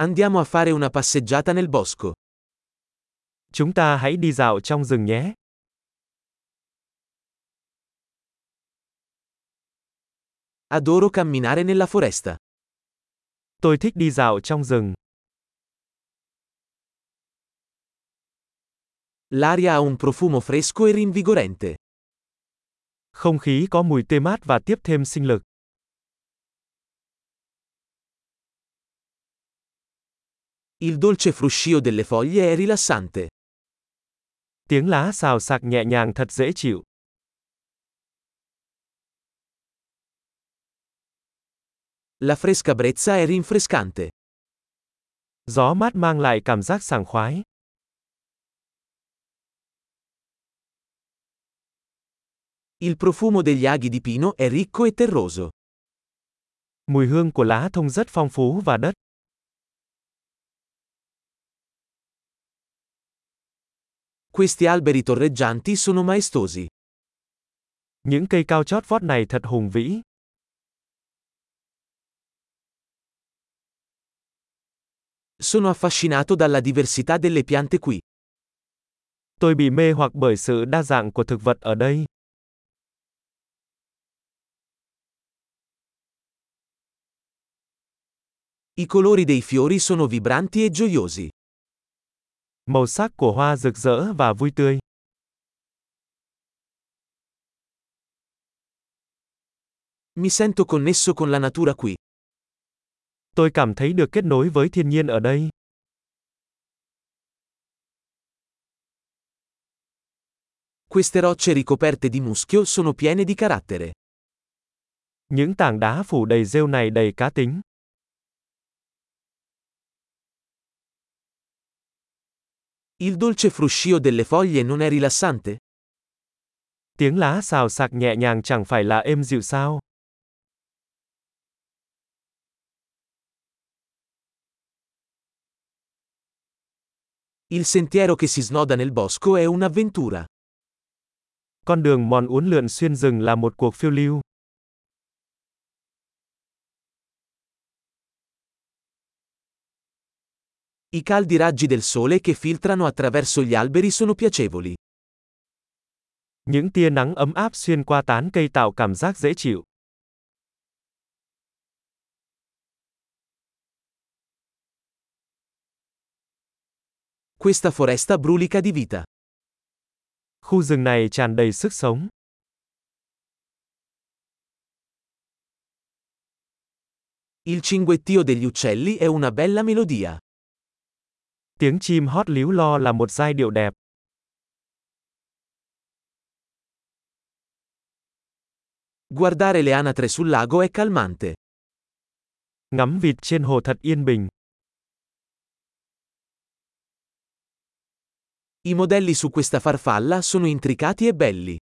Andiamo a fare una passeggiata nel bosco. Chúng ta hãy đi dạo trong rừng nhé. Adoro camminare nella foresta. Tôi thích đi dạo trong rừng. L'aria ha un profumo fresco e rinvigorente. Không khí có mùi tê mát và tiếp thêm sinh lực. Il dolce fruscio delle foglie è rilassante. Tiếng lá xào xạc nhẹ nhàng thật dễ chịu. La fresca brezza è rinfrescante. Gió mát mang lại cảm giác sảng khoái. Il profumo degli aghi di pino è ricco e terroso. Mùi hương của lá thông rất phong phú và đất. Questi alberi torreggianti sono maestosi. Những cây cao chót vót này thật hùng vĩ. Sono affascinato dalla diversità delle piante qui. Tôi bị mê hoặc bởi sự đa dạng của thực vật ở đây. I colori dei fiori sono vibranti e gioiosi. Màu sắc của hoa rực rỡ và vui tươi. Mi sento connesso con la natura qui. Tôi cảm thấy được kết nối với thiên nhiên ở đây. Queste rocce ricoperte di muschio sono piene di carattere. Những tảng đá phủ đầy rêu này đầy cá tính. Il dolce fruscio delle foglie non è rilassante? Tiếng lá xào xạc nhẹ nhàng chẳng phải là êm dịu sao? Il sentiero che si snoda nel bosco è un'avventura. Con đường mòn uốn lượn xuyên rừng là một cuộc phiêu lưu. I caldi raggi del sole che filtrano attraverso gli alberi sono piacevoli. Những tia nắng ấm áp xuyên qua tán cây tạo cảm giác dễ chịu. Questa foresta brulica di vita. Khu rừng này tràn đầy sức sống. Il cinguettio degli uccelli è una bella melodia. Tiếng chim hót líu lo là một giai điệu đẹp. Guardare le anatre sul lago è calmante. Ngắm vịt trên hồ thật yên bình. I modelli su questa farfalla sono intricati e belli.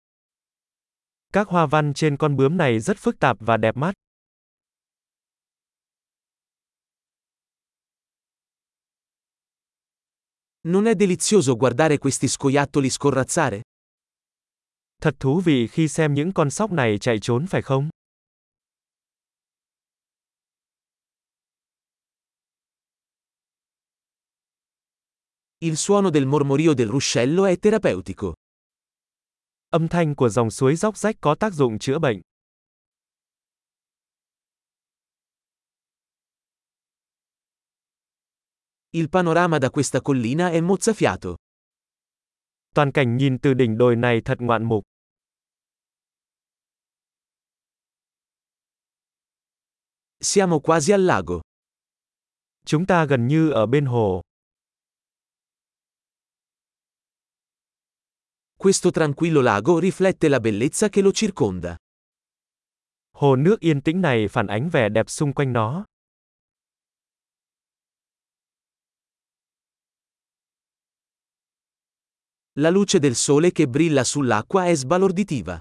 Các hoa văn trên con bướm này rất phức tạp và đẹp mắt. Non è delizioso guardare questi scoiattoli scorrazzare? Thật thú vị khi xem những con sóc này chạy trốn phải không? Il suono del mormorio del ruscello è terapeutico. Âm thanh của dòng suối róc rách có tác dụng chữa bệnh. Il panorama da questa collina è mozzafiato. Toàn cảnh nhìn từ đỉnh đồi này thật ngoạn mục. Siamo quasi al lago. Chúng ta gần như ở bên hồ. Questo tranquillo lago riflette la bellezza che lo circonda. Hồ nước yên tĩnh này phản ánh vẻ đẹp xung quanh nó. La luce del sole che brilla sull'acqua è sbalorditiva.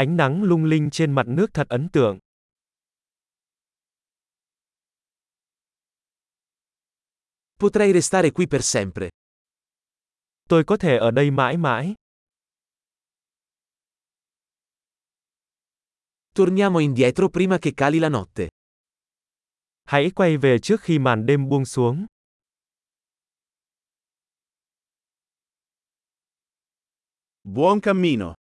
Ánh nắng lung linh trên mặt nước thật ấn tượng. Potrei restare qui per sempre. Tôi có thể ở đây mãi mãi. Torniamo indietro prima che cali la notte. Hãy quay về trước khi màn đêm buông xuống. Buon cammino!